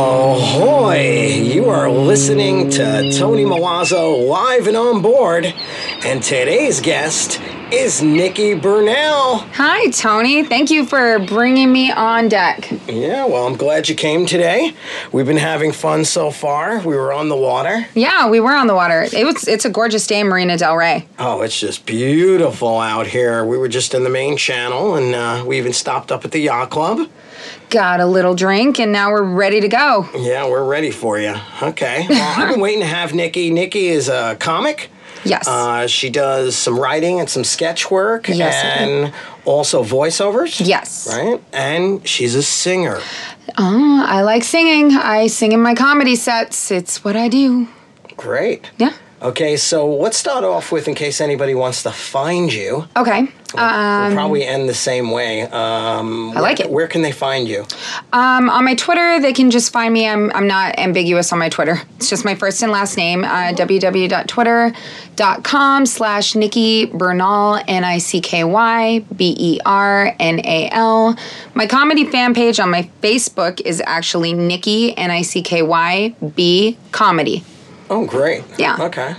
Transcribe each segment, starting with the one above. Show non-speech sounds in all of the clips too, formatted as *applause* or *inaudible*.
Ahoy! You are listening to Tony Milazzo live and on board, and today's guest is Nikki Burnell. Hi, Tony. Thank you for bringing me on deck. Yeah, well, I'm glad you came today. We've been having fun so far. We were on the water. Yeah, we were on the water. It was. It's a gorgeous day in Marina Del Rey. Oh, it's just beautiful out here. We were just in the main channel, and uh, we even stopped up at the yacht club. Got a little drink, and now we're ready to go. Yeah, we're ready for you. Okay. Well, I've been waiting to have Nikki. Nikki is a comic. Yes. Uh, she does some writing and some sketch work Yes, I do. and also voiceovers. Yes. Right? And she's a singer. Oh, I like singing. I sing in my comedy sets. It's what I do. Great. Yeah. Okay, so let's start off with in case anybody wants to find you. Okay. Uh, Um, we'll probably end the same way. Um, I like where- it. Where can they find you? Um, on my Twitter, they can just find me. I'm, I'm not ambiguous on my Twitter. It's just my first and last name, uh, www.twitter.com slash Nikki Bernal, E N-I-C-K-Y-B-E-R-N-A-L. My comedy fan page on my Facebook is actually Nikki, N-I-C-K-Y-B Comedy. Oh, great. Yeah. Okay.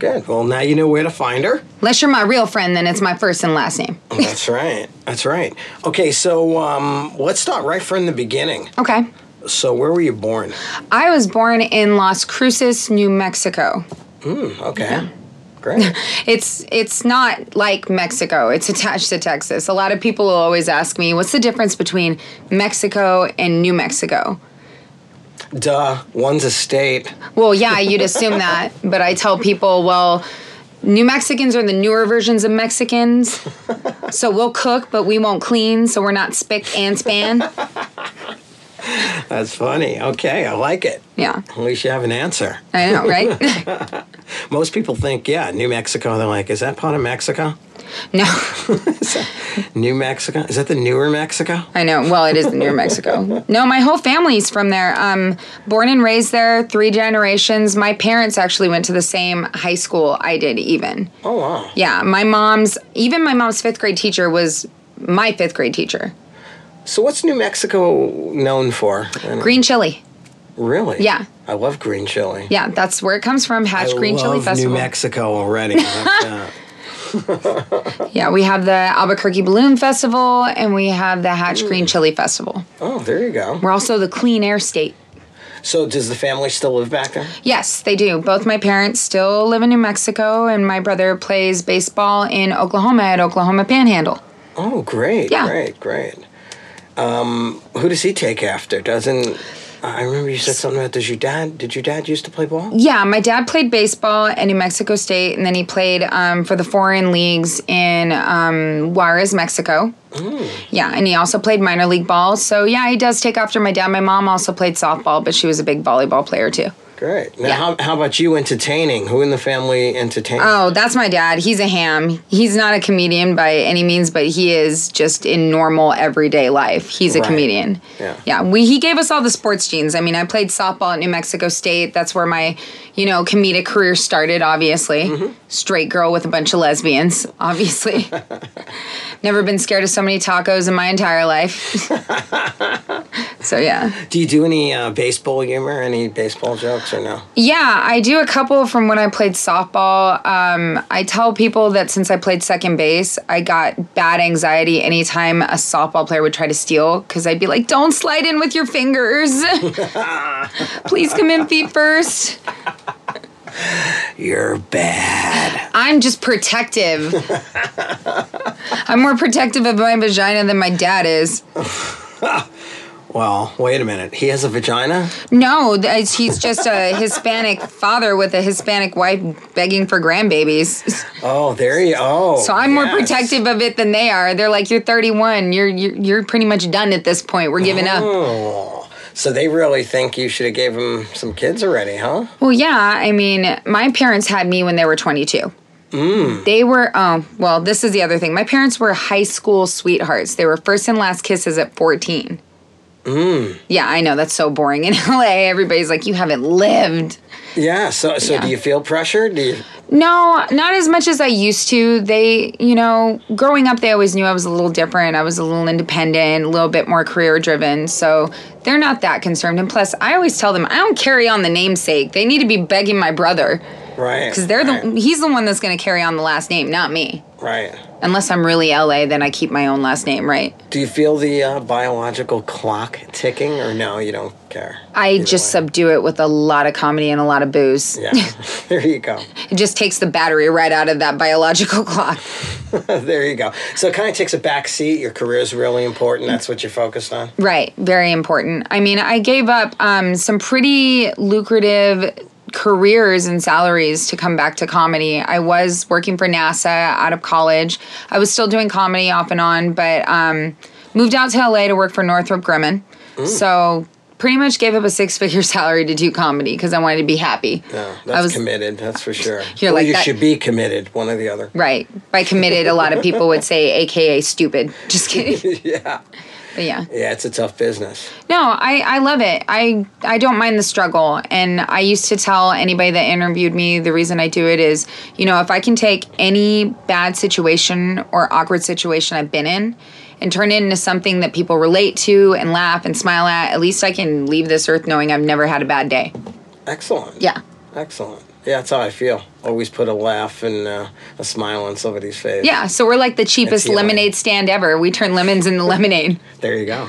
Good. Well, now you know where to find *laughs* her. Unless you're my real friend, then it's my first and last name. That's right. That's right. Okay, so um, let's start right from the beginning. Okay. So, where were you born? I was born in Las Cruces, New Mexico. Okay. *laughs* Great. It's it's not like Mexico. It's attached to Texas. A lot of people will always ask me, "What's the difference between Mexico and New Mexico?" Duh, one's a state. Well, yeah, you'd assume *laughs* that, but I tell people, "Well, New Mexicans are the newer versions of Mexicans. So we'll cook, but we won't clean, so we're not spick and span." That's funny. Okay, I like it. Yeah. At least you have an answer. I know, right? *laughs* Most people think, yeah, New Mexico. They're like, is that part of Mexico? no. New Mexico? Is that the newer Mexico? I know. Well, it is *laughs* near Mexico. No, my whole family's from there. Um, born and raised there, three generations. My parents actually went to the same high school I did, even. Oh, wow. Yeah, my mom's, even my mom's fifth grade teacher was my fifth grade teacher. So, what's New Mexico known for? And- Green chili. Really? Yeah. I love green chili. Yeah, that's where it comes from. Hatch I Green love Chili Festival. New Mexico *laughs* already. That's, yeah, we have the Albuquerque Balloon Festival and we have the Hatch Mm. Green Chili Festival. uh, oh, there you go. We're also the clean air state. So, does the family still live back there? Yes, they do. Both my parents still live in New Mexico, and my brother plays baseball in Oklahoma at Oklahoma Panhandle. Oh, great. Yeah. Great, great. Um, who does he take after? Doesn't. I remember you said something about does your dad did your dad used to play ball? Yeah, my dad played baseball at New Mexico State, and then he played um, for the foreign leagues in um, Juarez, Mexico. Yeah, and he also played minor league ball. So, yeah, he does take after my dad. My mom also played softball, but she was a big volleyball player, too. Great. Now, Yeah. how, how about you entertaining? Who in the family entertains? Oh, that's my dad. He's a ham. He's not a comedian by any means, but he is just in normal everyday life. He's a Right. comedian. Yeah. Yeah. We he gave us all the sports genes. I mean, I played softball at New Mexico State. That's where my, you know, comedic career started, obviously. Mm-hmm. Straight girl with a bunch of lesbians, *laughs* obviously. *laughs* Never been scared of so many tacos in my entire *laughs* life. so yeah. Do you do any uh, baseball humor, any baseball jokes, or no? Yeah, I do a couple from when I played softball. Um, I tell people that since I played second base, I got bad anxiety anytime a softball player would try to steal because I'd be like, don't slide in with your fingers. Please come in feet first. You're bad. I'm just protective. I'm more protective of my vagina than my dad is. Well, wait a minute. He has a vagina. No, th- he's just a Hispanic father with a Hispanic wife begging for grandbabies. Oh, there you. Oh, So I'm more yes. protective of it than they are. They're like, you're 31. You're you're, you're pretty much done at this point. We're giving up. Oh, so they really think you should have gave him some kids already, huh? Well, yeah. I mean, my parents had me when they were 22. Mm. They were, oh, well, this is the other thing. My parents were high school sweethearts. They were first and last kisses at 14. Mm. Yeah, I know that's so boring in *laughs* LA. Everybody's like, you haven't lived. Yeah. So, so Yeah. do you feel pressure? Do you? No, not as much as I used to. They, you know, growing up, they always knew I was a little different. I was a little independent, a little bit more career driven. So they're not that concerned. And plus, I always tell them I don't carry on the namesake. They need to be begging my brother Right. because they're right, the he's the one that's going to carry on the last name, not me. Right. Unless I'm really LA, then I keep my own last name, right? Do you feel the uh, biological clock ticking, or no? You don't care. I just way. subdue it with a lot of comedy and a lot of booze. Yeah. *laughs* there you go. It just takes the battery right out of that biological *laughs* clock. *laughs* there you go. So it kind of takes a back seat. Your career is really important. That's what you're focused on. Right, very important. I mean, I gave up um, some pretty lucrative careers and salaries to come back to comedy. I was working for NASA out of college. I was still doing comedy off and on, but um, moved out to LA to work for Northrop Grumman. Mm. So pretty much gave up a six figure *laughs* salary to do comedy because I wanted to be happy. No, I that's was committed. That's for sure. *laughs* You're Or like you that- should be committed. One or the other. right by committed. A lot of people would say, AKA stupid. Just kidding. *laughs* yeah. But yeah. Yeah. It's a tough business. No, I, I love it. I, I don't mind the struggle. And I used to tell anybody that interviewed me the reason I do it is, you know, if I can take any bad situation or awkward situation I've been in and turn it into something that people relate to and laugh and smile at, at least I can leave this earth knowing I've never had a bad day. Excellent. Yeah. Excellent. Yeah, that's how I feel. Always put a laugh and uh, a smile on somebody's face. Yeah. So we're like the cheapest healing. lemonade stand ever. We turn lemons into lemonade. There you go.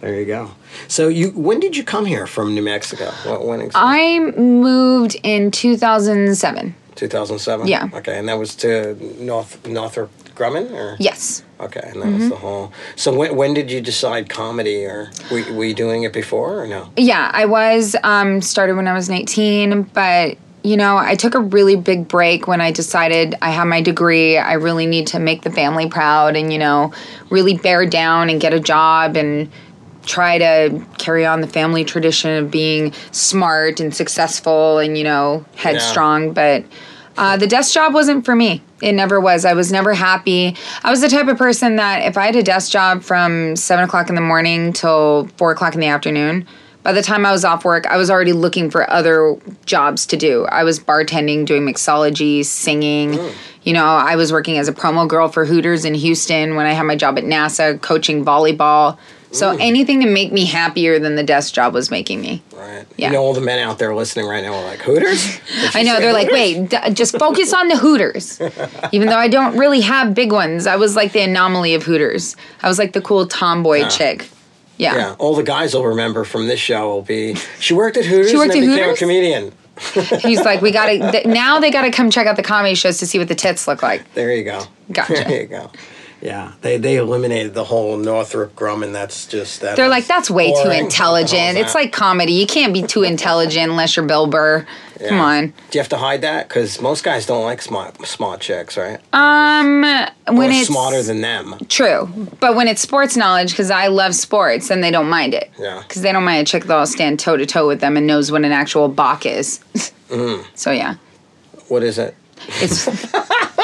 There you go. So you, when did you come here from New Mexico? What, when exactly? I moved in 2007. 2007. Yeah. Okay, and that was to North Northrop Grumman, or Yes. Okay, and that Mm-hmm. was the whole. So when when did you decide comedy, or were, were you doing it before or no? Yeah, I was um, started when I was 19, but you know, I took a really big break when I decided I have my degree. I really need to make the family proud and you know, really bear down and get a job and try to carry on the family tradition of being smart and successful and you know, headstrong, but uh, the desk job wasn't for me. It never was. I was never happy. I was the type of person that if I had a desk job from seven o'clock in the morning till four o'clock in the afternoon, by the time I was off work, I was already looking for other jobs to do. I was bartending, doing mixology, singing. You know, I was working as a promo girl for Hooters in Houston when I had my job at NASA, coaching volleyball. So anything to make me happier than the desk job was making me. Right. Yeah. You know, all the men out there listening right now are like Hooters. *laughs* I know. They're like, wait, d- just focus on the Hooters. Even though I don't really have big ones, I was like the anomaly of Hooters. I was like the cool tomboy chick. Yeah. yeah, all the guys will remember from this show will be she worked at Hooters She worked and at then became Hooters? a comedian. He's like, we got to, th- now they got to come check out the comedy shows to see what the tits look like. There you go. Gotcha. *laughs* There you go. Yeah, they they eliminated the whole Northrop Grumman. That's just that. They're was like, that's way boring. What too the hell's intelligent. It's that? like comedy. You can't be too intelligent unless you're Bill Burr. Come Yeah. on. Do you have to hide that? Because most guys don't like smart smart chicks, right? Um, when Or it's smarter than them. True, but when it's sports knowledge, because I love sports, then they don't mind it. Yeah. Because they don't mind a chick that'll stand toe to toe with them and knows what an actual balk is. *laughs* Mm. So yeah, What is it? it's *laughs*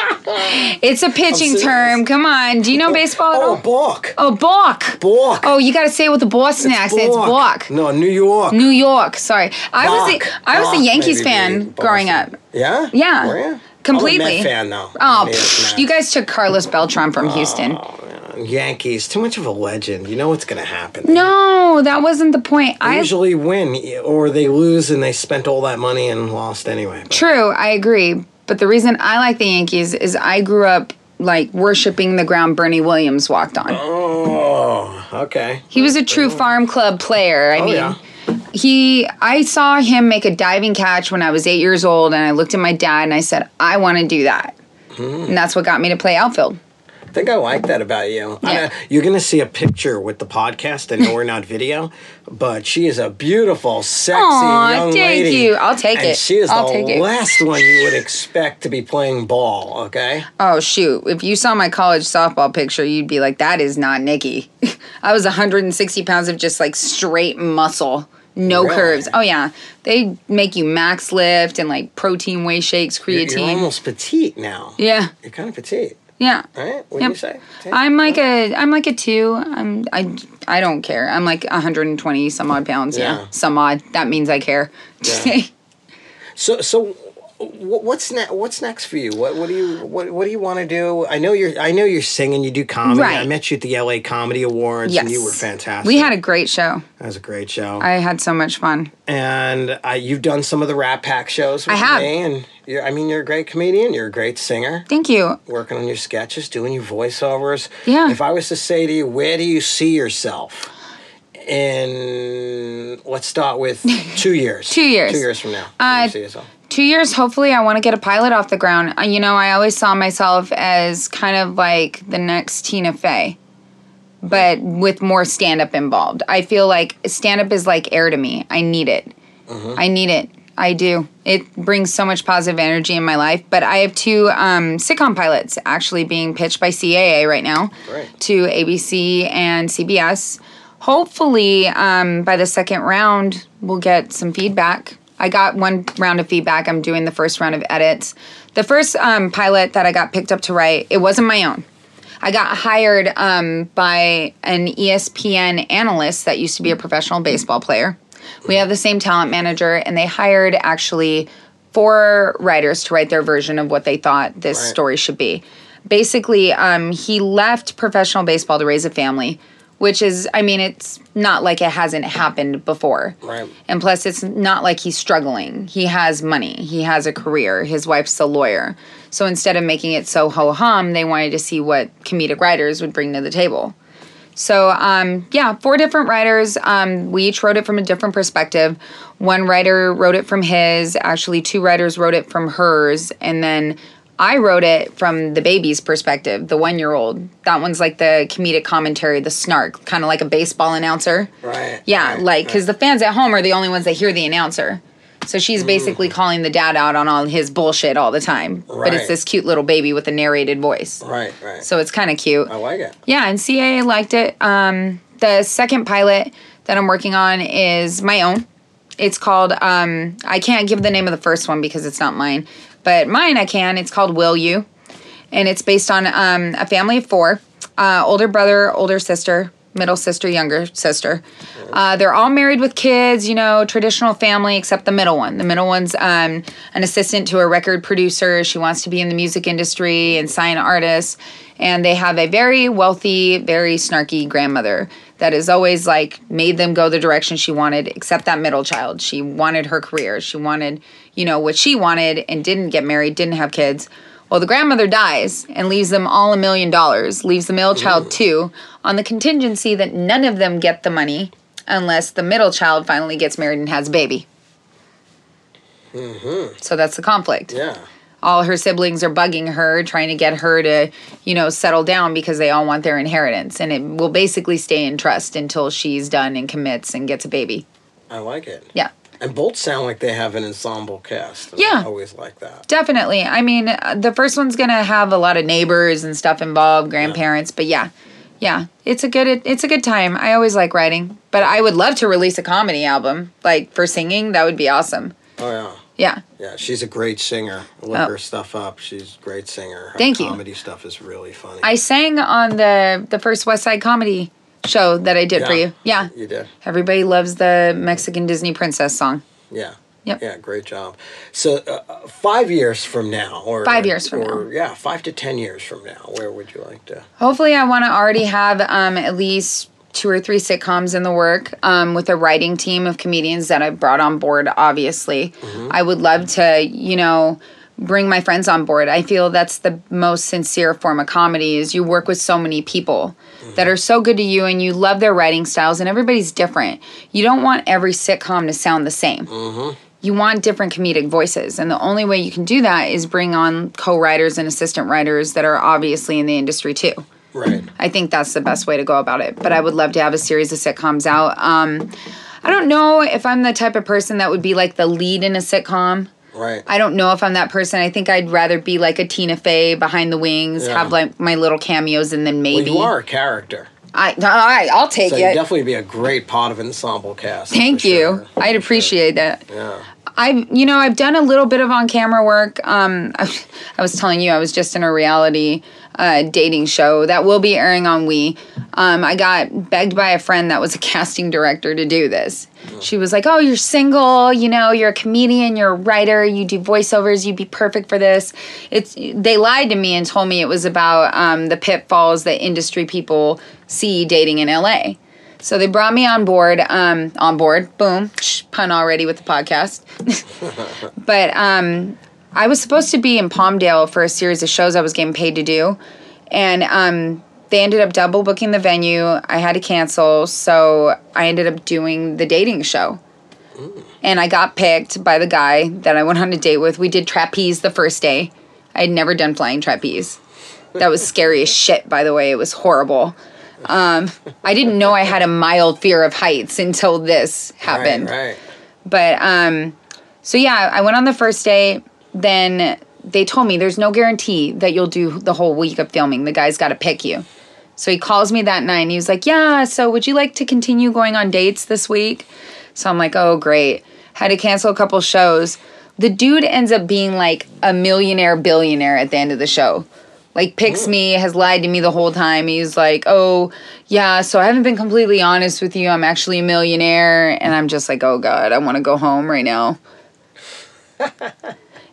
it's a pitching serious. term. Come on, do you know baseball at Oh, all? balk. Oh, balk. Balk. Oh, you got to say it with the Boston accent. It's balk. No, New York. New York. Sorry, I was Balk. a, I was Balk, a Yankees maybe fan be growing up. Boston. Yeah. Yeah. Were you? Completely. I'm a Met fan now. Oh, Yeah, pff, Met. you guys took Carlos Beltran Ah. from Houston. Yankees. Too much of a legend. You know what's gonna happen. No, that wasn't the point. They I usually win, or they lose, and they spent all that money and lost anyway. But True, I agree. But the reason I like the Yankees is I grew up like worshiping the ground Bernie Williams walked on. Oh, okay. He was a true farm club player. I Oh mean, yeah. he I saw him make a diving catch when I was 8 years old and I looked at my dad and I said, "I want to do that." Hmm. And that's what got me to play outfield. I think I like that about you. I Yeah. know- you're going to see a picture with the podcast. I know we're not video, but she is a beautiful, sexy Aw, young thank lady. you. I'll take and it. She is I'll the take it. last one you would expect to be playing ball. Okay. Oh shoot, if you saw my college softball picture, you'd be like, "That is not Nikki." *laughs* I was 160 pounds of just like straight muscle, no Really? curves. Oh yeah, they make you max lift and like protein whey shakes, You're, creatine. you're almost petite now. yeah. You're kind of petite. Yeah. All right, what do Yep. you say? Ten? I'm like a I'm like a two. I'm I I don't care. I'm like 120 some odd pounds. Yeah, Yeah. some odd. That means I care. *laughs* Yeah. So so wh- what's next what's next for you what what do you what what do you want to do i know you're i know you're singing you do comedy i Right. met you at the la comedy awards yes, and you were fantastic We had a great show. that was a great show I had so much fun. and I, you've done some of the rat pack shows with I have. me and you're i mean you're a great comedian you're a great singer Thank you. working on your sketches doing your voiceovers Yeah. if i was to say to you where do you see yourself in let's start *laughs* with two years Two years. two years from now where do you Uh, see yourself two years hopefully i want to get a pilot off the ground Uh, you know i always saw myself as kind of like the next tina fey but with more stand-up involved i feel like stand-up is like air to me i need it i need it i do it brings so much positive energy in my life but i have two um, sitcom pilots actually being pitched by caa right now Great. to abc and cbs hopefully um, by the second round we'll get some feedback i got one round of feedback i'm doing the first round of edits the first um, pilot that i got picked up to write it wasn't my own i got hired um, by an E espn analyst that used to be a professional baseball player we have the same talent manager and they hired actually four writers to write their version of what they thought this Right. story should be basically um, he left professional baseball to raise a family which is i mean it's not like it hasn't happened before Right. and plus it's not like he's struggling he has money he has a career his wife's a lawyer so instead of making it so ho-hum they wanted to see what comedic writers would bring to the table so um, yeah, four different writers. Um, we each wrote it from a different perspective. One writer wrote it from his. Actually, two writers wrote it from hers, and then I wrote it from the baby's perspective, the one-year-old. That one's like the comedic commentary, the snark, kind of like a baseball announcer. right Yeah, right, Mm. like because the fans at home are the only ones that hear the announcer. So she's basically calling the dad out on all his bullshit all the time. But Right. it's this cute little baby with a narrated voice. right right So it's kind of cute. i like it Yeah, and CAA liked it. Um, the second pilot that I'm working on is my own. It's called, um, I can't give the name of the first one because it's not mine, but mine I can. It's called Will You. And it's based on um, a family of four uh, older brother, older sister, middle sister, younger sister. Uh, they're all married with kids, you know, traditional family, except the middle one. The middle one's um, an assistant to a record producer. She wants to be in the music industry and sign artists. And they have a very wealthy, very snarky grandmother that has always like made them go the direction she wanted, except that middle child. She wanted her career. She wanted, you know, what she wanted and didn't get married, didn't have kids. Well, the grandmother dies and leaves them all a million dollars, leaves the middle child two, on the contingency that none of them get the money unless the middle child finally gets married and has a baby. So that's the conflict. yeah All her siblings are bugging her, trying to get her to, you know, settle down because they all want their inheritance. And it will basically stay in trust until she's done and commits and gets a baby. I like it. Yeah. And both sound like they have an ensemble cast. and Yeah. I always like that. Definitely. I mean, uh, the first one's gonna have a lot of neighbors and stuff involved, grandparents. But yeah, yeah, it's a good it, it's a good time. I always like writing, but I would love to release a comedy album, like for singing. That would be awesome. Oh yeah. Yeah, Yeah, she's a great singer. Look Oh. her stuff up. She's a great singer. Her Thank you. comedy stuff is really funny. I sang on the the first West Side Comedy show that I did for you. Yeah, You did. everybody loves the Mexican Disney princess song. Yeah. Yep. Yeah, great job. So, uh, uh, five years from now, or Five years from or, yeah, five to ten years from now, where would you like to? Hopefully, I want to already have um, at least two or three sitcoms in the work um, with a writing team of comedians that I've brought on board, obviously. I would love to, you know, bring my friends on board. I feel that's the most sincere form of comedy is you work with so many people that are so good to you and you love their writing styles and everybody's different. You don't want every sitcom to sound the same you want different comedic voices and the only way you can do that is bring on co-writers and assistant writers that are obviously in the industry too Right. i think that's the best way to go about it but i would love to have a series of sitcoms out um, i don't know if i'm the type of person that would be like the lead in a sitcom Right. I don't know if I'm that person. I think I'd rather be like a Tina Fey behind the wings, Yeah. have like my little cameos, and then well, maybe you are a character, I, I I'll take so you it. definitely be a great part of ensemble cast. Thank for you. sure. I'd appreciate that. Yeah. I've you know *laughs* I've done a little bit of on camera work. Um, I, was telling you I was just in a reality uh, dating show that will be airing on We. Um, I got begged by a friend that was a *laughs* casting director to do this. She was like, "Oh, you're single. You know, you're a comedian. You're a writer. You do voiceovers. You'd be perfect for this." It's they lied to me and told me it was about um, the pitfalls that industry people see dating in LA. So they brought me on board. Um, on board. Boom. Pun already with the podcast. but um, I was supposed to be in Palmdale for a series of shows I was getting paid to do, and um, they ended up double booking the venue. I had to cancel, so I ended up doing the dating show. And I got picked by the guy that I went on a date with. We did trapeze the first day. I had never done flying trapeze. That was scary as shit, by the way. It was horrible. Um, I didn't know I had a mild fear of heights until this happened. Right, right. But um, so yeah, I went on the first day. Then they told me there's no guarantee that you'll do the whole week of filming. The guy's got to pick you. So he calls me that night and he was like, Yeah, so would you like to continue going on dates this week? So I'm like, Oh, great. Had to cancel a couple shows. The dude ends up being like a millionaire billionaire at the end of the show. Like, picks me, has lied to me the whole time. He's like, Oh, yeah, so I haven't been completely honest with you. I'm actually a millionaire. And I'm just like, Oh, God, I want to go home right now.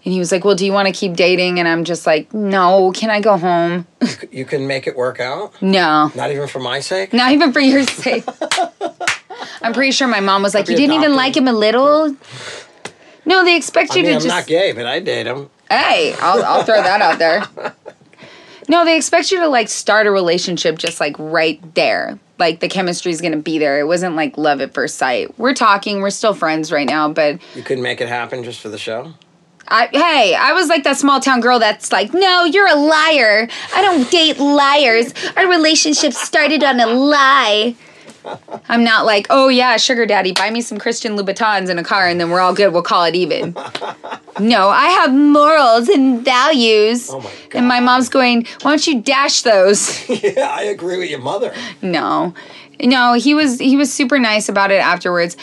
And he was like, Well, do you want to keep dating? And I'm just like, No, can I go home? You can make it work out. no. Not even for my sake. Not even for your sake. I'm pretty sure my mom was like, be You didn't even adopted. like him a little? No, they expect I you mean, to I'm just. not gay, but I date him. Hey, I'll, I'll throw that out there. No, they expect you to like start a relationship just like right there. Like the chemistry's gonna be there. It wasn't like love at first sight. We're talking, we're still friends right now, but You couldn't make it happen just for the show. I, hey, I was like that small town girl that's like, no, you're a liar. I don't date liars. Our relationship started on a lie. I'm not like, oh yeah, sugar daddy, buy me some Christian Louboutins in a car and then we're all good. We'll call *laughs* it even. No, I have morals and values. Oh my And my God. mom's going, why don't you dash those? yeah, I agree with your mother. No. No, he was he was super nice about it afterwards.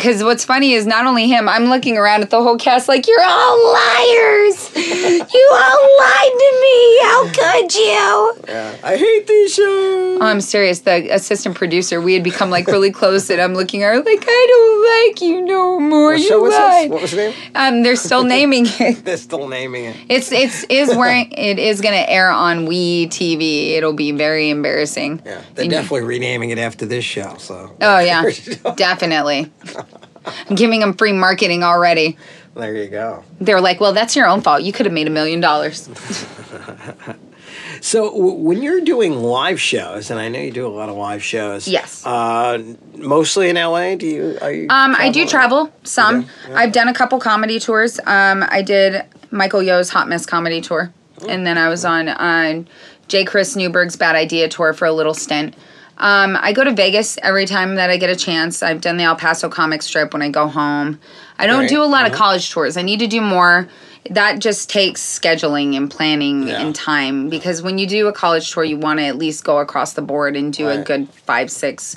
Cuz what's funny is not only him, I'm looking around at the whole cast like you're *laughs* all liars. you all lied to me. How could you? Oh, Yeah. I hate these shows. I'm serious. The assistant producer, we had become *laughs* like really close and I'm looking at her like I don't like you no more. what you show was this? lied. What was the name? Um *laughs* they're still naming it. They're still naming it. It's it's is wearing it is going to air on Wii TV. It'll be very embarrassing. Yeah, they're And you- definitely renaming it after this show. So. *laughs* Oh yeah, definitely. *laughs* I'm giving them free marketing already. There you go. They're like, well, that's your own fault. You could have made a million dollars. So w- when you're doing live shows, and I know you do a lot of live shows. Yes. Uh, mostly in LA. Do you? Are you? Um, I do traveling? travel some. Okay, yeah. I've done a couple comedy tours. Um, I did Michael Yo's Hot Mess comedy tour, Oh. and then I was on uh, J. Chris Newberg's Bad Idea tour for a little stint. Um, I go to Vegas every time that I get a chance. I've done the El Paso comic strip when I go home. I Right, don't Uh-huh. do a lot of college tours. I need to do more. That just takes scheduling and planning Yeah. and time because when you do a college tour, you want to at least go across the board and do a Right. good five, six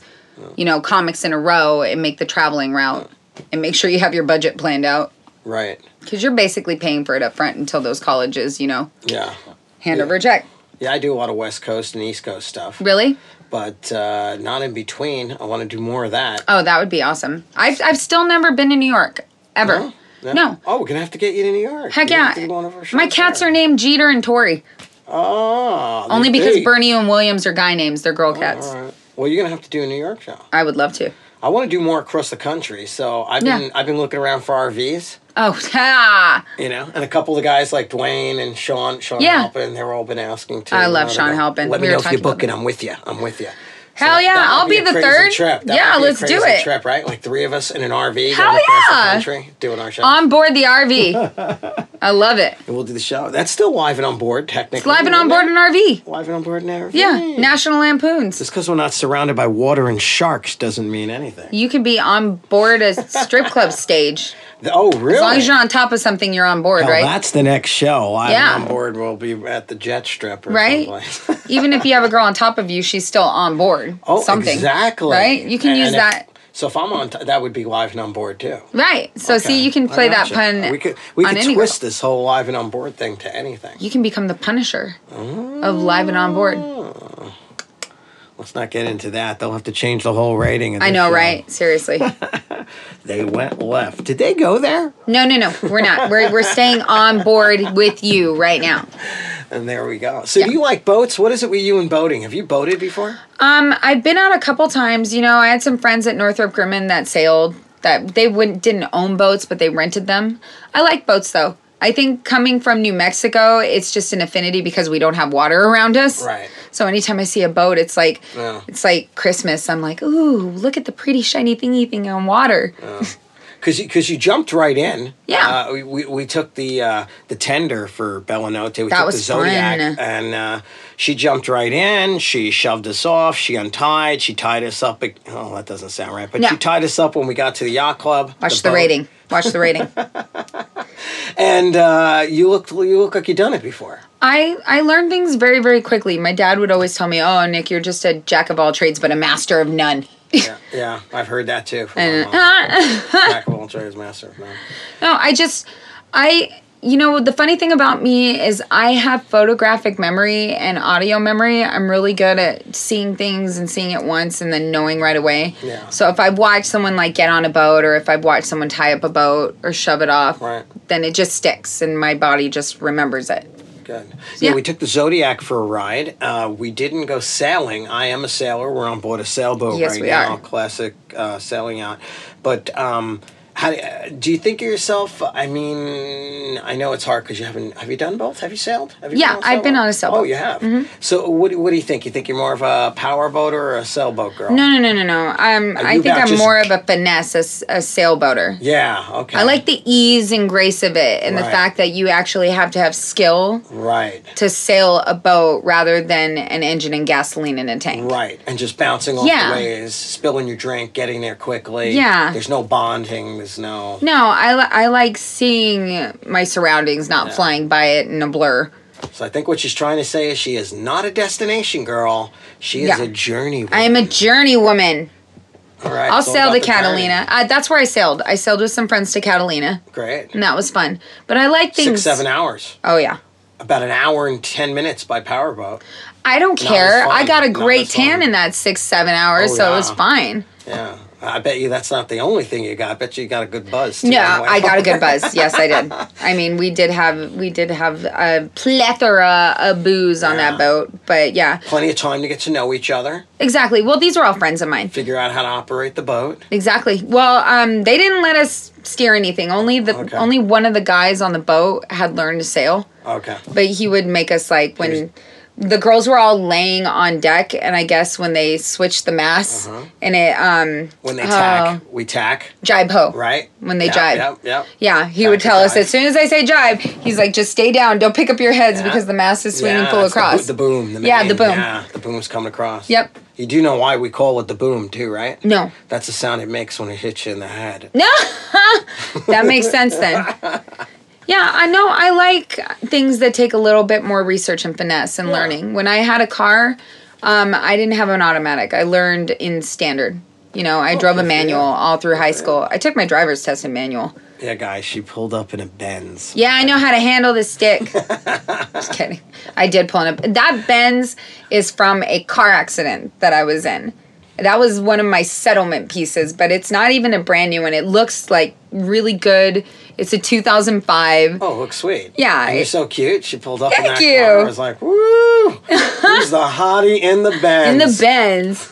you know, comics in a row and make the traveling route and make sure you have your budget planned out Right. because you're basically paying for it up front until those colleges, you know, Yeah. hand over a check. Yeah, I do a lot of West Coast and East Coast stuff, Really? but uh, not in between. I want to do more of that. Oh, that would be awesome. I've, I've still never been to New York, ever. No? No. Oh, we're gonna have to get you to New York. Heck You're gonna yeah. have to go on over My shows cats there. are named Jeter and Tori. Oh. they're Only because big. Bernie and Williams are guy names. They're girl cats. Oh, All right. Well, you're gonna have to do a New York show. I would love to. I want to do more across the country, so I've Yeah. been I've been looking around for RVs. Oh, *laughs* ha. You know, and a couple of the guys like Dwayne and Sean, Sean Yeah. Halpin, they're all been asking too. I you love know, Sean to go, Halpin. Let We me were know if talking you about book it. I'm with you. I'm with you. Hell yeah, that would I'll be a the crazy third. Trip. That Yeah, would be a let's do crazy it. Trip, right? Like three of us in an RV. Hell going across yeah. The country, doing our show. On board *laughs* the RV. I love it. and we'll do the show. That's still live and on board, technically. It's live and on board an RV. Live and on board an RV. Yeah, National Lampoons. Just because we're not surrounded by water and sharks doesn't mean anything. You could be on board a strip club stage. The- oh, really? As long as you're on top of something, you're on board, Well, right? that's the next show. Live Yeah. and on board will be at the jet strip or Right? someplace. *laughs* Even if you have a girl on top of you, she's still on board. *laughs* Oh, something. exactly. Right? You can And use if that. So if I'm on, t- that would be live and on board too. Right. So Okay, see, you I can play that gotcha. pun. We could we on could any twist girl. this whole live and on board thing to anything. You can become the Punisher Oh. of live and on board. Let's not get into that. They'll have to change the whole rating. of I this know, show. right? Seriously. They went left. Did they go there? No, no, no. We're not. We're we're staying on board with you right now. And there we go. So do you like boats? What is it with you and boating? Have you boated before? Um, I've been out a couple times. You know, I had some friends at Northrop Grumman that sailed. That they wouldn't didn't own boats, but they rented them. I like boats though. I think coming from New Mexico, it's just an affinity because we don't have water around us. Right. So anytime I see a boat, it's like Yeah. it's like Christmas. I'm like, ooh, look at the pretty shiny thingy thing on water. Because you, 'cause you jumped right in. Yeah. Uh, we, we, we took the uh, the tender for Bellinote. We That took the was Zodiac. fun. And uh, she jumped right in. She shoved us off. She untied. She tied us up. ag- Oh, that doesn't sound right. But No. she tied us up when we got to the yacht club. Watch the, boat. rating. Watch the rating. *laughs* And uh, you looked you look like you've done it *laughs* before. I I learned things very very quickly. My dad would always tell me, "Oh, Nick, you're just a jack of all trades, but a master of none." Yeah, yeah I've heard that too. From my *laughs* mom. Jack of all trades, master of none. No, I just, I, you know, the funny thing about me is I have photographic memory and audio memory. I'm really good at seeing things and seeing it once and then knowing right away. Yeah. So if I've watched someone like get on a boat or if I've watched someone tie up a boat or shove it off, Right. then it just sticks and my body just remembers it. Good. Yeah, Yeah. we took the Zodiac for a ride. Uh, we didn't go sailing. I am a sailor. We're on board a sailboat Yes, right we now, are. classic uh, sailing out. But um, how do, do you think of yourself? I mean, I know it's hard because you haven't. Have you done both? Have you sailed? Have you Yeah, I've been on a Oh, sailboat. Mm-hmm. you have. So what? do- What do you think? You think you're more of a power boater or a sailboat girl? No, no, no, no, no. I'm, I you think about I'm just- more of a finesse, a, s- a sailboater. Yeah. Okay. I like the ease and grace of it and Right. the fact that you actually have to have skill Right. to sail a boat rather than an engine and gasoline in a tank. Right, and just bouncing off Yeah. the waves, spilling your drink, getting there quickly. Yeah. There's no bonding. There's no. No, I, li- I like seeing my surroundings, not flying by it in a blur. So I think what she's trying to say is she is not a destination girl. She is Yeah. a journey. Woman. I am a journey woman. All right, I'll it's all sail about to the journey. Catalina. Uh, that's where I sailed. I sailed with some friends to Catalina, Great. and that was fun. But I like things. Six seven hours. Oh yeah, About an hour and ten minutes by powerboat. I don't care. fun. I got a Not great as fun. tan in that six seven hours, Oh, so yeah. it was fine. Yeah, I bet you that's not the only thing you got. I bet you got a good buzz. too, No, on the way I got a home. good buzz. Yes, I did. I mean, we did have we did have a plethora of booze on Yeah. that boat, but yeah, *laughs* Plenty of time to get to know each other, exactly. Well, these were all friends of mine. figure out how to operate the boat. Exactly. Well, um, they didn't let us steer anything. Only the Okay. only one of the guys on the boat had learned to sail, Okay. but he would make us like when. The girls were all laying on deck, and I guess when they switched the mass Uh-huh. and it um When they tack, we tack, jibe ho right? when they Yep, jibe Yep. Yep. Yeah, he would to tell us jive. as soon as I say jive, he's like, just stay down, don't pick up your heads because the mass is swinging Yeah, full it's the bo- across. The, boom. The Yeah, main- the boom. Yeah, the boom's coming across. Yep. You do know why we call it the boom, too, right? No. That's the sound it makes when it hits you in the *laughs* head. that makes sense then. Yeah, I know I like things that take a little bit more research and finesse and learning. When I had a car, um, I didn't have an automatic. I learned in standard. You know, I drove a good for you. manual all through high school. I took my driver's test in manual. Yeah, guys, she pulled up in a Benz. Yeah, I know how to handle *laughs* the stick. Just kidding. I did pull it up. That Benz is from a car accident that I was in. That was one of my settlement pieces, but it's not even a brand new one. It looks like really good. It's a 2005. Oh, looks sweet. Yeah, And you're it- so cute. She pulled up in that Thank car. I you. was like, *laughs* woo! Who's the hottie in the In Benz? the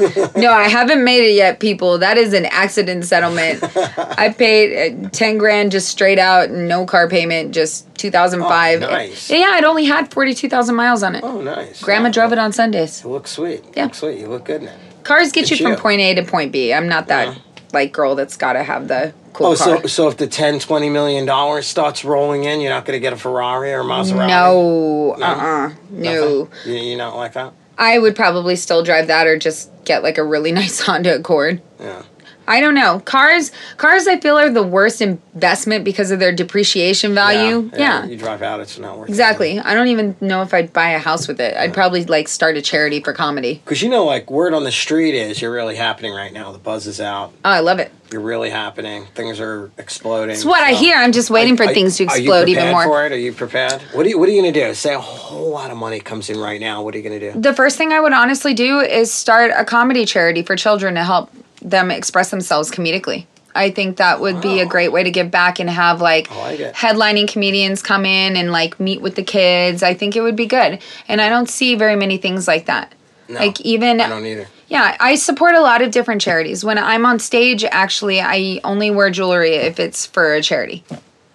Benz. No, I haven't made it yet, people. That is an accident settlement. *laughs* I paid uh, 10 grand just straight out, no car payment, just 2005. Oh, nice. Yeah, it only had 42,000 miles on it. Oh, nice. Grandma Yeah, drove it on Sundays. It looks sweet. Yeah. Looks sweet. You look good in it. cars get you It's from you. point A to point B. I'm not that like girl that's got to have the cool Oh, car. so so if the 10, 20 million dollars starts rolling in, you're not going to get a Ferrari or a Maserati? no, uh, uh no. Nothing? You, you're not like that? *laughs* I would probably still drive that or just get like a really nice Honda Accord. Yeah. I don't know. Cars, cars, I feel are the worst investment because of their depreciation value. Yeah, You drive out, it's not worth exactly. I don't even know if I'd buy a house with it. I'd probably like start a charity for comedy. Because you know, like, word on the street is you're really happening right now. The buzz is out. Oh, I love it. You're really happening. Things are exploding. It's what I so- hear. I'm just waiting for Are- things to are you explode even prepared more. For it? Are you prepared? What are you, what are you going to do? Say a whole lot of money comes in right now. What are you going to do? The first thing I would honestly do is start a comedy charity for children to help them express themselves comedically. I think that would be a Wow. great way to give back and have like, I like it. headlining comedians come in and like meet with the kids. I think it would be good. And I don't see very many things like that. No, like even I don't e- either. yeah, I support a lot of different charities. When I'm on stage, actually, I only wear jewelry if it's for a charity.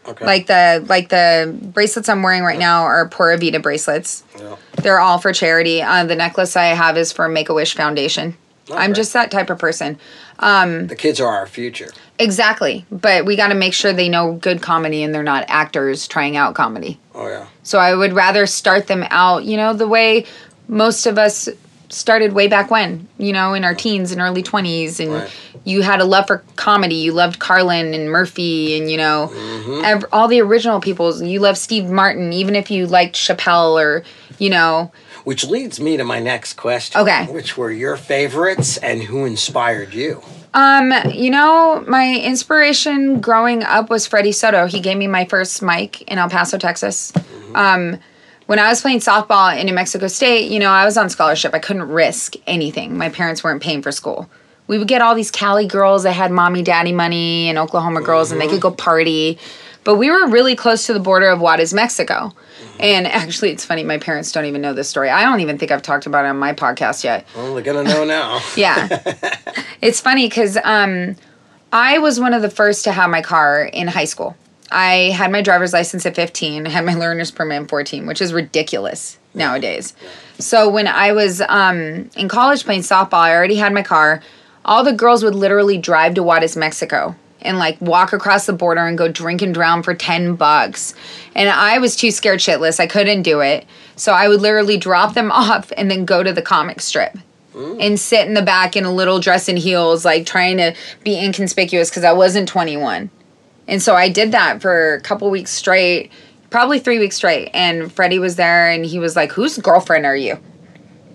Okay. Like the like the bracelets I'm wearing right now are Pura Vida bracelets. Yeah. They're all for charity. Uh, the necklace I have is for Make a Wish Foundation. I'm Okay. just that type of person. The kids are our future. Exactly. But we got to make sure they know good comedy and they're not actors trying out comedy. Oh, yeah. So I would rather start them out, you know, the way most of us started way back when, you know, in our teens and early 20s. And Right. you had a love for comedy. You loved Carlin and Murphy and, you know, Mm-hmm. ev- all the original peoples. You loved Steve Martin, even if you liked Chappelle or, you know, Which leads me to my next question. Okay. Which were your favorites and who inspired you? Um, you know, my inspiration growing up was Freddie Soto. He gave me my first mic in El Paso, Texas. Um, when I was playing softball in New Mexico State, you know, I was on scholarship. I couldn't risk anything. My parents weren't paying for school. We would get all these Cali girls that had mommy daddy money and Oklahoma girls and they could go party. But we were really close to the border of what is Mexico. And *laughs* actually, it's funny, my parents don't even know this story. I don't even think I've talked about it on my podcast yet. Well, they're going to know *laughs* now. Yeah. it's funny because um, I was one of the first to have my car in high school. I had my driver's license at 15, had my learner's permit at 14, which is ridiculous nowadays. So when I was um, in college playing softball, I already had my car. All the girls would literally drive to Juarez, Mexico and like walk across the border and go drink and drown for 10 bucks. And I was too scared shitless. I couldn't do it. So I would literally drop them *laughs* off and then go to the comic strip and sit in the back in a little dress and heels, like trying to be inconspicuous because I wasn't 21. And so I did that for a couple weeks straight, probably three weeks straight. And Freddie was there and he was like, Whose girlfriend are you?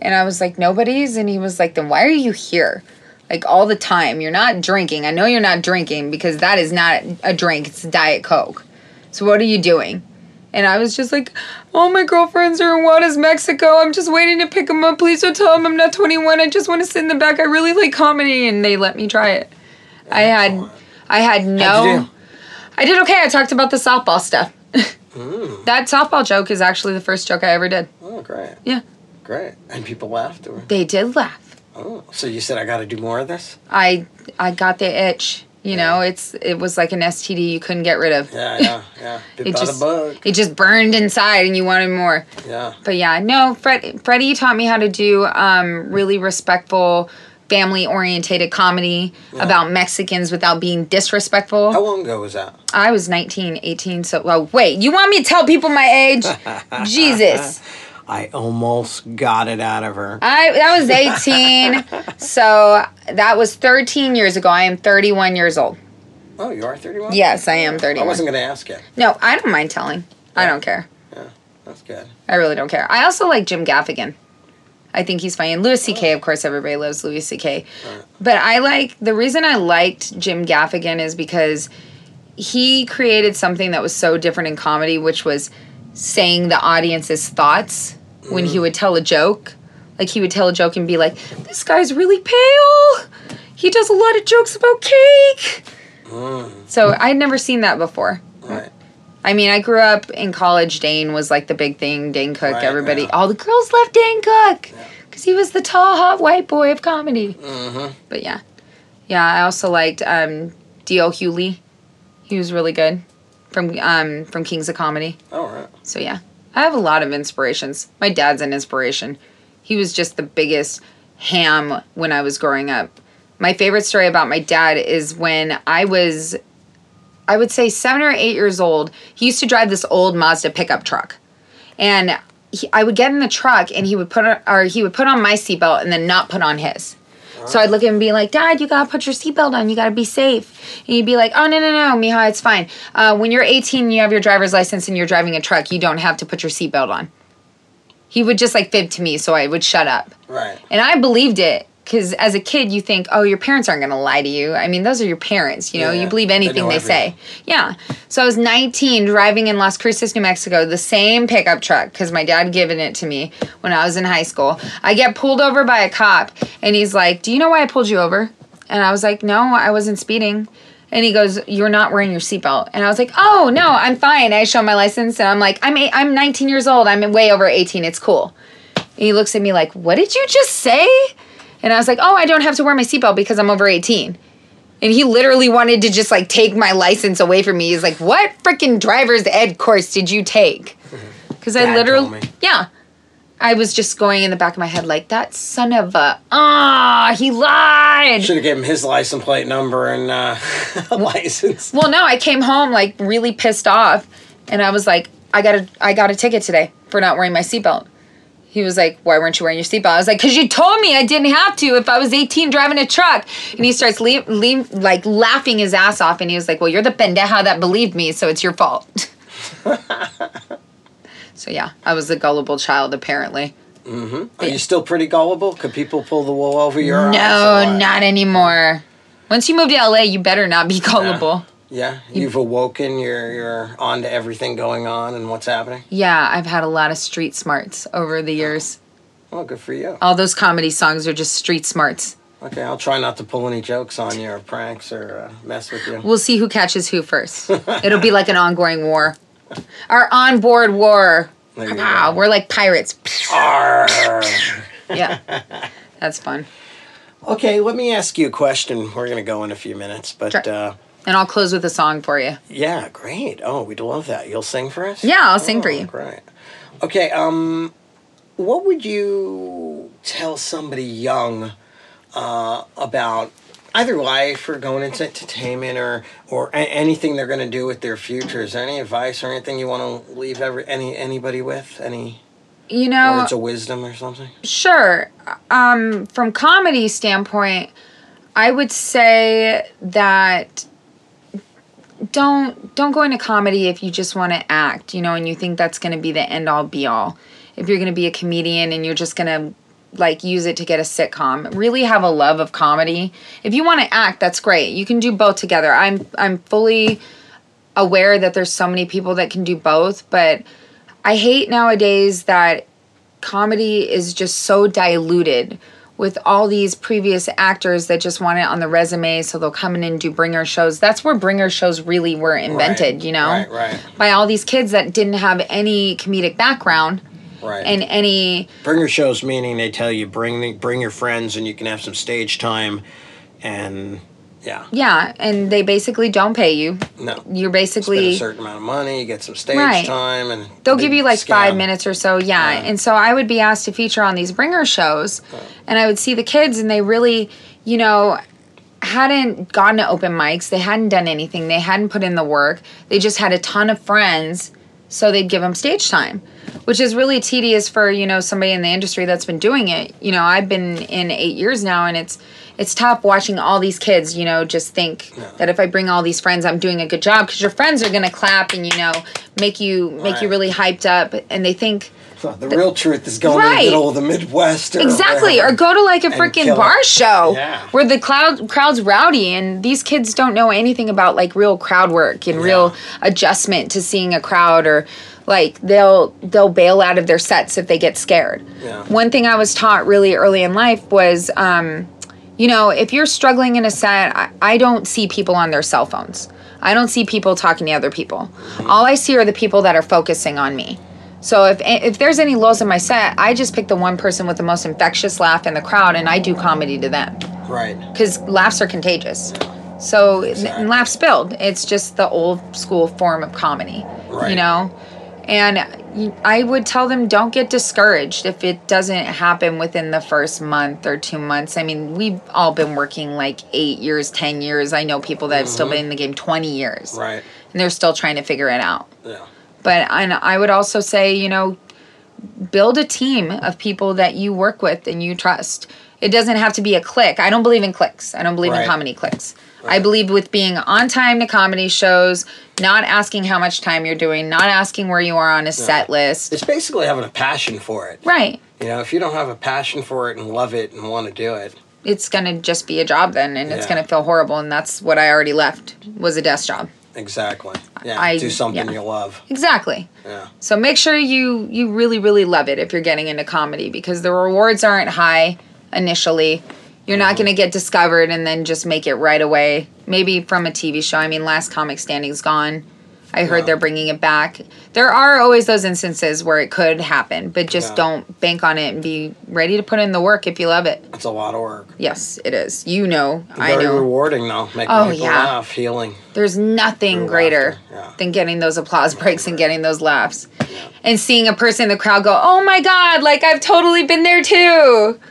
And I was like, Nobody's. And he was like, Then why are you here? Like all the time. You're not drinking. I know you're not drinking because that is not a drink, it's Diet Coke. So what are you doing? And I was just like, all my girlfriends are in Juarez, Mexico. I'm just waiting to pick them up. Please don't tell them I'm not 21. I just want to sit in the back. I really like comedy. And they let me try it. I had, I had How'd you no, do? I did okay. I talked about the softball stuff. *laughs* That softball joke is actually the first joke I ever did. Oh, great. Yeah. Great. And people laughed. Or, They did laugh. oh. So you said, I got to do more of this? I, I got the itch. You know, it's, it was like an STD you couldn't get rid of. Yeah, yeah, yeah. Bit *laughs* It by just, the bug. it just burned inside and you wanted more. Yeah. But yeah, no, Fred, Freddie taught me how to do um, really respectful, family orientated comedy about Mexicans without being disrespectful. How long ago was that? I was 19, 18, so, well, wait, you want me to tell people my *laughs* age? Jesus. I almost got it out of her. I, that was 18, so that was 13 years ago. I am 31 years old. Oh, you are 31? Yes, I am I 31. wasn't going to ask you. no, I don't mind telling. I don't care. Yeah, that's good. I really don't care. I also like Jim Gaffigan. I think he's funny. And Louis C.K., of course, everybody loves Louis C.K. But I like, the reason I liked Jim Gaffigan is because he created something that was so different in comedy, which was saying the audience's thoughts when he would tell a joke. Like, he would tell a joke and be like, this guy's really pale. He does a lot of jokes about cake. So I had never seen that before. Right. I mean, I grew up in college. Dane was like the big thing. Dane Cook. Right, everybody, yeah. all the girls loved Dane Cook because he was the tall, hot white boy of comedy. Mm-hmm. But yeah, yeah. I also liked um, D.L. Hewley. He was really good from um, from Kings of Comedy. All right. So yeah, I have a lot of inspirations. My dad's an inspiration. He was just the biggest ham when I was growing up. My favorite story about my dad is when I was, I would say seven or eight years old. He used to drive this old Mazda pickup truck, and he, I would get in the truck and he would put on, or he would put on my seatbelt and then not put on his. So I'd look at him and be like, Dad, you gotta put your seatbelt on. You gotta be safe. And he'd be like, Oh no no no, Mija, it's fine. Uh, when you're 18, and you have your driver's license, and you're driving a truck. You don't have to put your seatbelt on. He would just like fib to me, so I would shut up. Right. And I believed it because as a kid, you think, oh, your parents aren't going to lie to you. I mean, those are your parents. You know, Yeah, you believe they anything know they, everything. say. Yeah. So I was 19 driving in Las Cruces, New Mexico, the same pickup truck because my dad given it to me when I was in high school. I get pulled over by a cop and he's like, do you know why I pulled you over? And I was like, no, I wasn't speeding. And he goes, "You're not wearing your seatbelt." And I was like, "Oh no, I'm fine." I show my license, and I'm like, "I'm eight, I'm 19 years old. I'm way over 18. It's cool." And he looks at me like, What did you just say? And I was like, Oh, I don't have to wear my seatbelt because I'm over 18. And he literally wanted to just like take my license away from me. He's like, What freaking driver's ed course did you take? Because I Mm-hmm. Dad literally, told me. yeah. I was just going in the back of my head like, That son of a, ah, he lied. Should have given him his license plate number and uh, *laughs* license. Well, no, I came home like really pissed off, and I was like, I got a, I got a ticket today for not wearing my seatbelt. He was like, Why weren't you wearing your seatbelt? I was like, Because you told me I didn't have to if I was 18 driving a truck. And he starts le- le- like laughing his ass off, and he was like, Well, you're the pendeja that believed me, so it's your fault. *laughs* so yeah, I was a gullible child apparently. Are you still pretty gullible? Could people pull the wool over your eyes? or No, what? not anymore. Once you move to LA, you better not be gullible. Yeah, you've awoken. You're you're on to everything going on and what's happening. Yeah, I've had a lot of street smarts over the years. Well, good for you. all those comedy songs are just street smarts. Okay, I'll try not to pull any jokes on you or pranks or uh, mess with you. We'll see who catches who *laughs* first. It'll be like an ongoing war. Our onboard war. There you go. Wow, we're like *laughs* pirates. Arr. Yeah. That's fun. Okay, let me ask you a question. We're gonna go in a few minutes, but Sure. uh, And I'll close with a song for you. yeah, great. Oh, we'd love that. You'll sing for us. Yeah, I'll sing for Oh, you. Great. Okay. Um, what would you tell somebody young uh, about either life or going into entertainment or or a- anything they're going to do with their future? Is there any advice or anything you want to leave every any anybody with? Any You know, words of wisdom or something? sure. Um, from comedy standpoint, I would say that don't don't go into comedy if you just want to act, you know, and you think that's going to be the end all be all. If you're going to be a comedian and you're just going to like use it to get a sitcom, really have a love of comedy. If you want to act, that's great. You can do both together. I'm I'm fully aware that there's so many people that can do both, but I hate nowadays that comedy is just so diluted with all these previous actors that just want it on the resume so they'll come in and do bringer shows that's where bringer shows really were invented Right, you know Right. Right. by all these kids that didn't have any comedic background Right. and any Bring your shows, meaning they tell you bring the, bring your friends and you can have some stage time, and yeah, yeah and they basically don't pay you no, you're spend basically a certain amount of money, you get some stage Right. time, and they'll big give you like scam. five minutes or so yeah. Yeah. and so i would be asked to feature on these bringer shows and i would see the kids and they really you know hadn't gone to open mics they hadn't done anything they hadn't put in the work they just had a ton of friends so they'd give them stage time which is really tedious for you know somebody in the industry that's been doing it you know i've been in eight years now and it's it's tough watching all these kids you know just think that if i bring all these friends i'm doing a good job because your friends are going to clap and you know make you make you Right. really hyped up and they think The real truth is going in the Right. middle of the Midwest, or exactly or wherever. go to like a kill freaking it. bar show Yeah. where the cloud, crowd's rowdy and these kids don't know anything about like real crowd work and real adjustment to seeing a crowd or like they'll they'll bail out of their sets if they get scared Yeah. one thing i was taught really early in life was um, you know if you're struggling in a set I, I don't see people on their cell phones i don't see people talking to other people all i see are the people that are focusing on me so if if there's any lows in my set, I just pick the one person with the most infectious laugh in the crowd, and I do comedy to them right. because laughs are contagious. So and laughs build. It's just the old school form of comedy, Right. you know. And you- I would tell them don't get discouraged if it doesn't happen within the first month or two months. I mean, we've all been working like eight years, ten years. I know people that have still been in the game twenty years, Mm-hmm. Right. and they're still trying to figure it out. Yeah. But and I would also say, you know, build a team of people that you work with and you trust. It doesn't have to be a click. I don't believe in clicks. I don't believe Right. in comedy clicks. I believe with being on time to comedy shows, not asking how much time you're doing, not asking where you are on a set list. It's basically having a passion for it. Right. You know, if you don't have a passion for it and love it and want to do it, It's going to just be a job then and it's Yeah. going to feel horrible and that's what I already left was a desk job. exactly. Yeah, I- do something yeah. you love. Exactly. Yeah. So make sure you you really really love it if you're getting into comedy because the rewards aren't high initially. You're not Mm-hmm. going to get discovered and then just make it right away. Maybe from a TV show. I mean, Last Comic Standing's gone. I heard Yeah. they're bringing it back. There are always those instances where it could happen, but just Yeah. don't bank on it and be ready to put in the work if you love it. It's a lot of work. Yes, it is. You know, I Very know. rewarding though. Making Oh, people yeah. laugh, healing. There's nothing Through greater laughter, yeah. than getting those applause breaks and getting those laughs. And seeing a person in the crowd go, oh my God, like I've totally been there too.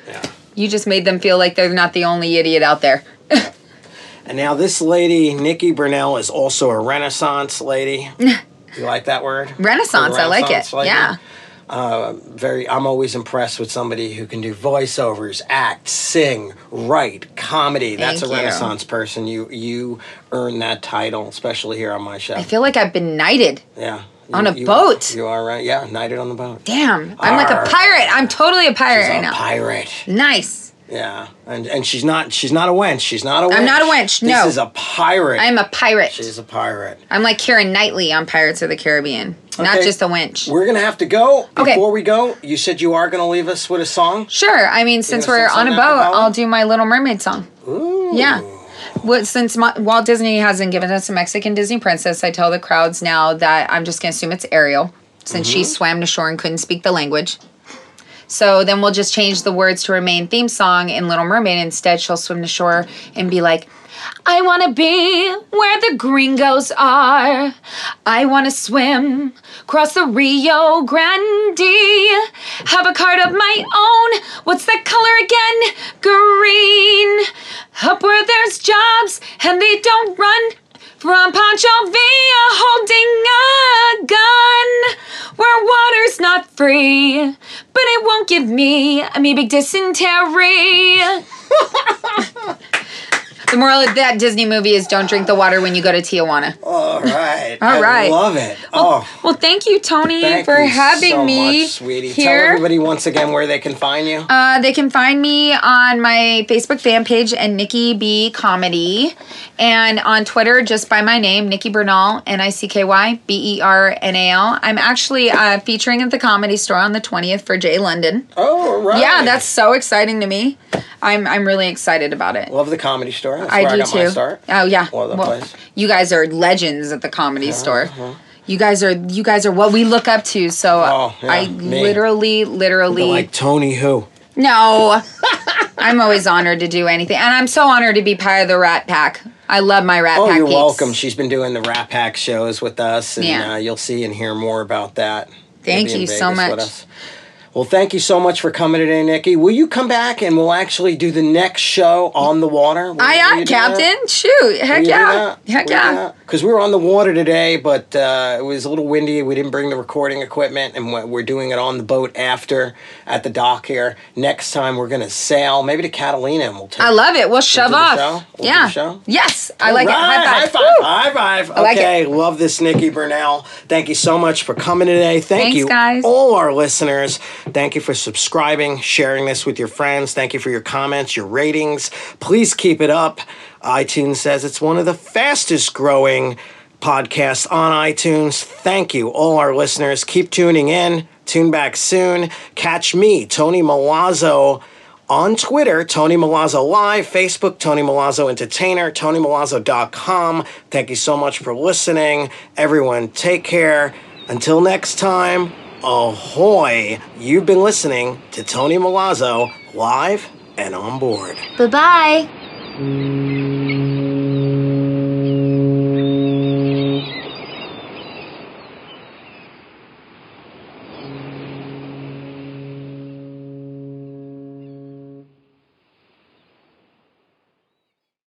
Yeah. You just made them feel like they're not the only idiot out there. And now this lady, Nikki Brunell, is also a Renaissance *laughs* lady. you like that word? Renaissance, I like it. Renaissance lady? Uh, Yeah. very i'm always impressed with somebody who can do voiceovers act sing write comedy that's Thank a you. renaissance person you you earn that title especially here on my show I feel like I've been knighted. yeah on You- a you- boat. you are right yeah knighted on the boat Damn, I'm like Arr. a pirate. I'm totally a pirate She's right a now. pirate nice. yeah and and she's not she's not a wench she's not a wench I'm not a wench, this no. is a pirate I'm a pirate. she's a pirate I'm like Karen Knightley on Pirates of the Caribbean, not Okay. just a wench. we're gonna have to go Okay. before we go you said you are gonna leave us with a song Sure. I mean, since gonna we're sing on a something boat, about it? I'll do my Little Mermaid song. Ooh. Yeah. Well, since my, Walt Disney hasn't given us a Mexican Disney princess, I tell the crowds now that I'm just going to assume it's Ariel, since she swam to shore and couldn't speak the language. So then we'll just change the words to remain theme song in Little Mermaid. Instead, she'll swim to shore and be like, I want to be where the gringos are. I want to swim across the Rio Grande. Have a card of my own. What's that color again? Green. Up where there's jobs and they don't run from Pancho Villa holding a gun. Where water's not free, but it won't give me amoebic dysentery. The moral of that Disney movie is don't drink the water when you go to Tijuana. all right *laughs* All I right. love it oh Well, thank you, Tony, Thank for you having so me much, sweetie. Tell here. everybody once again where they can find you. Uh, they can find me on my Facebook fan page and Nikki B Comedy, and on Twitter just by my name, Nikki Bernal, N I C K Y B E R N A L. I'm actually uh, featuring at the Comedy Store on the 20th for Jay London. oh, all right. Yeah, that's so exciting to me. I'm I'm really excited about it. love the comedy store. That's I where do I got too. my start. Oh yeah. Well, the Well, place. uh-huh. you guys are legends at the comedy store. You guys are you guys are what we look up to. So Oh, yeah, I me. literally, literally They're like Tony who? *laughs* no. I'm always honored to do anything, and I'm so honored to be part of the Rat Pack. I love my Rat Oh, Pack. you're peeps. welcome. She's been doing the Rat Pack shows with us, and Yeah. uh, you'll see and hear more about that. Thank You'll be in you so Vegas with much. us. Well, thank you so much for coming today, Nikki. Will you come back and we'll actually do the next show on the water? Will- I will you am do that? Captain. Shoot, heck yeah, heck yeah. Because we were on the water today, but uh, it was a little windy. We didn't bring the recording equipment, and we- we're doing it on the boat after at the dock here. Next time, we're gonna sail maybe to Catalina, and we'll take. I love it. We'll shove do the off. show? We'll do yeah. the show? Yes, I like Right, it. High five. Woo. High five. High five. like Okay, love this, Nikki Burnell. Thank you so much for coming today. Thank Thanks, you, guys. all our listeners. Thank you for subscribing, sharing this with your friends. Thank you for your comments, your ratings. Please keep it up. iTunes says it's one of the fastest growing podcasts on iTunes. Thank you, all our listeners. Keep tuning in. Tune back soon. Catch me, Tony Malazzo on Twitter, Tony Milazzo Live, Facebook, Tony Milazzo Entertainer, TonyMilazzo.com. Thank you so much for listening. Everyone, take care. Until next time, ahoy. You've been listening to Tony Milazzo Live and on board. Bye bye.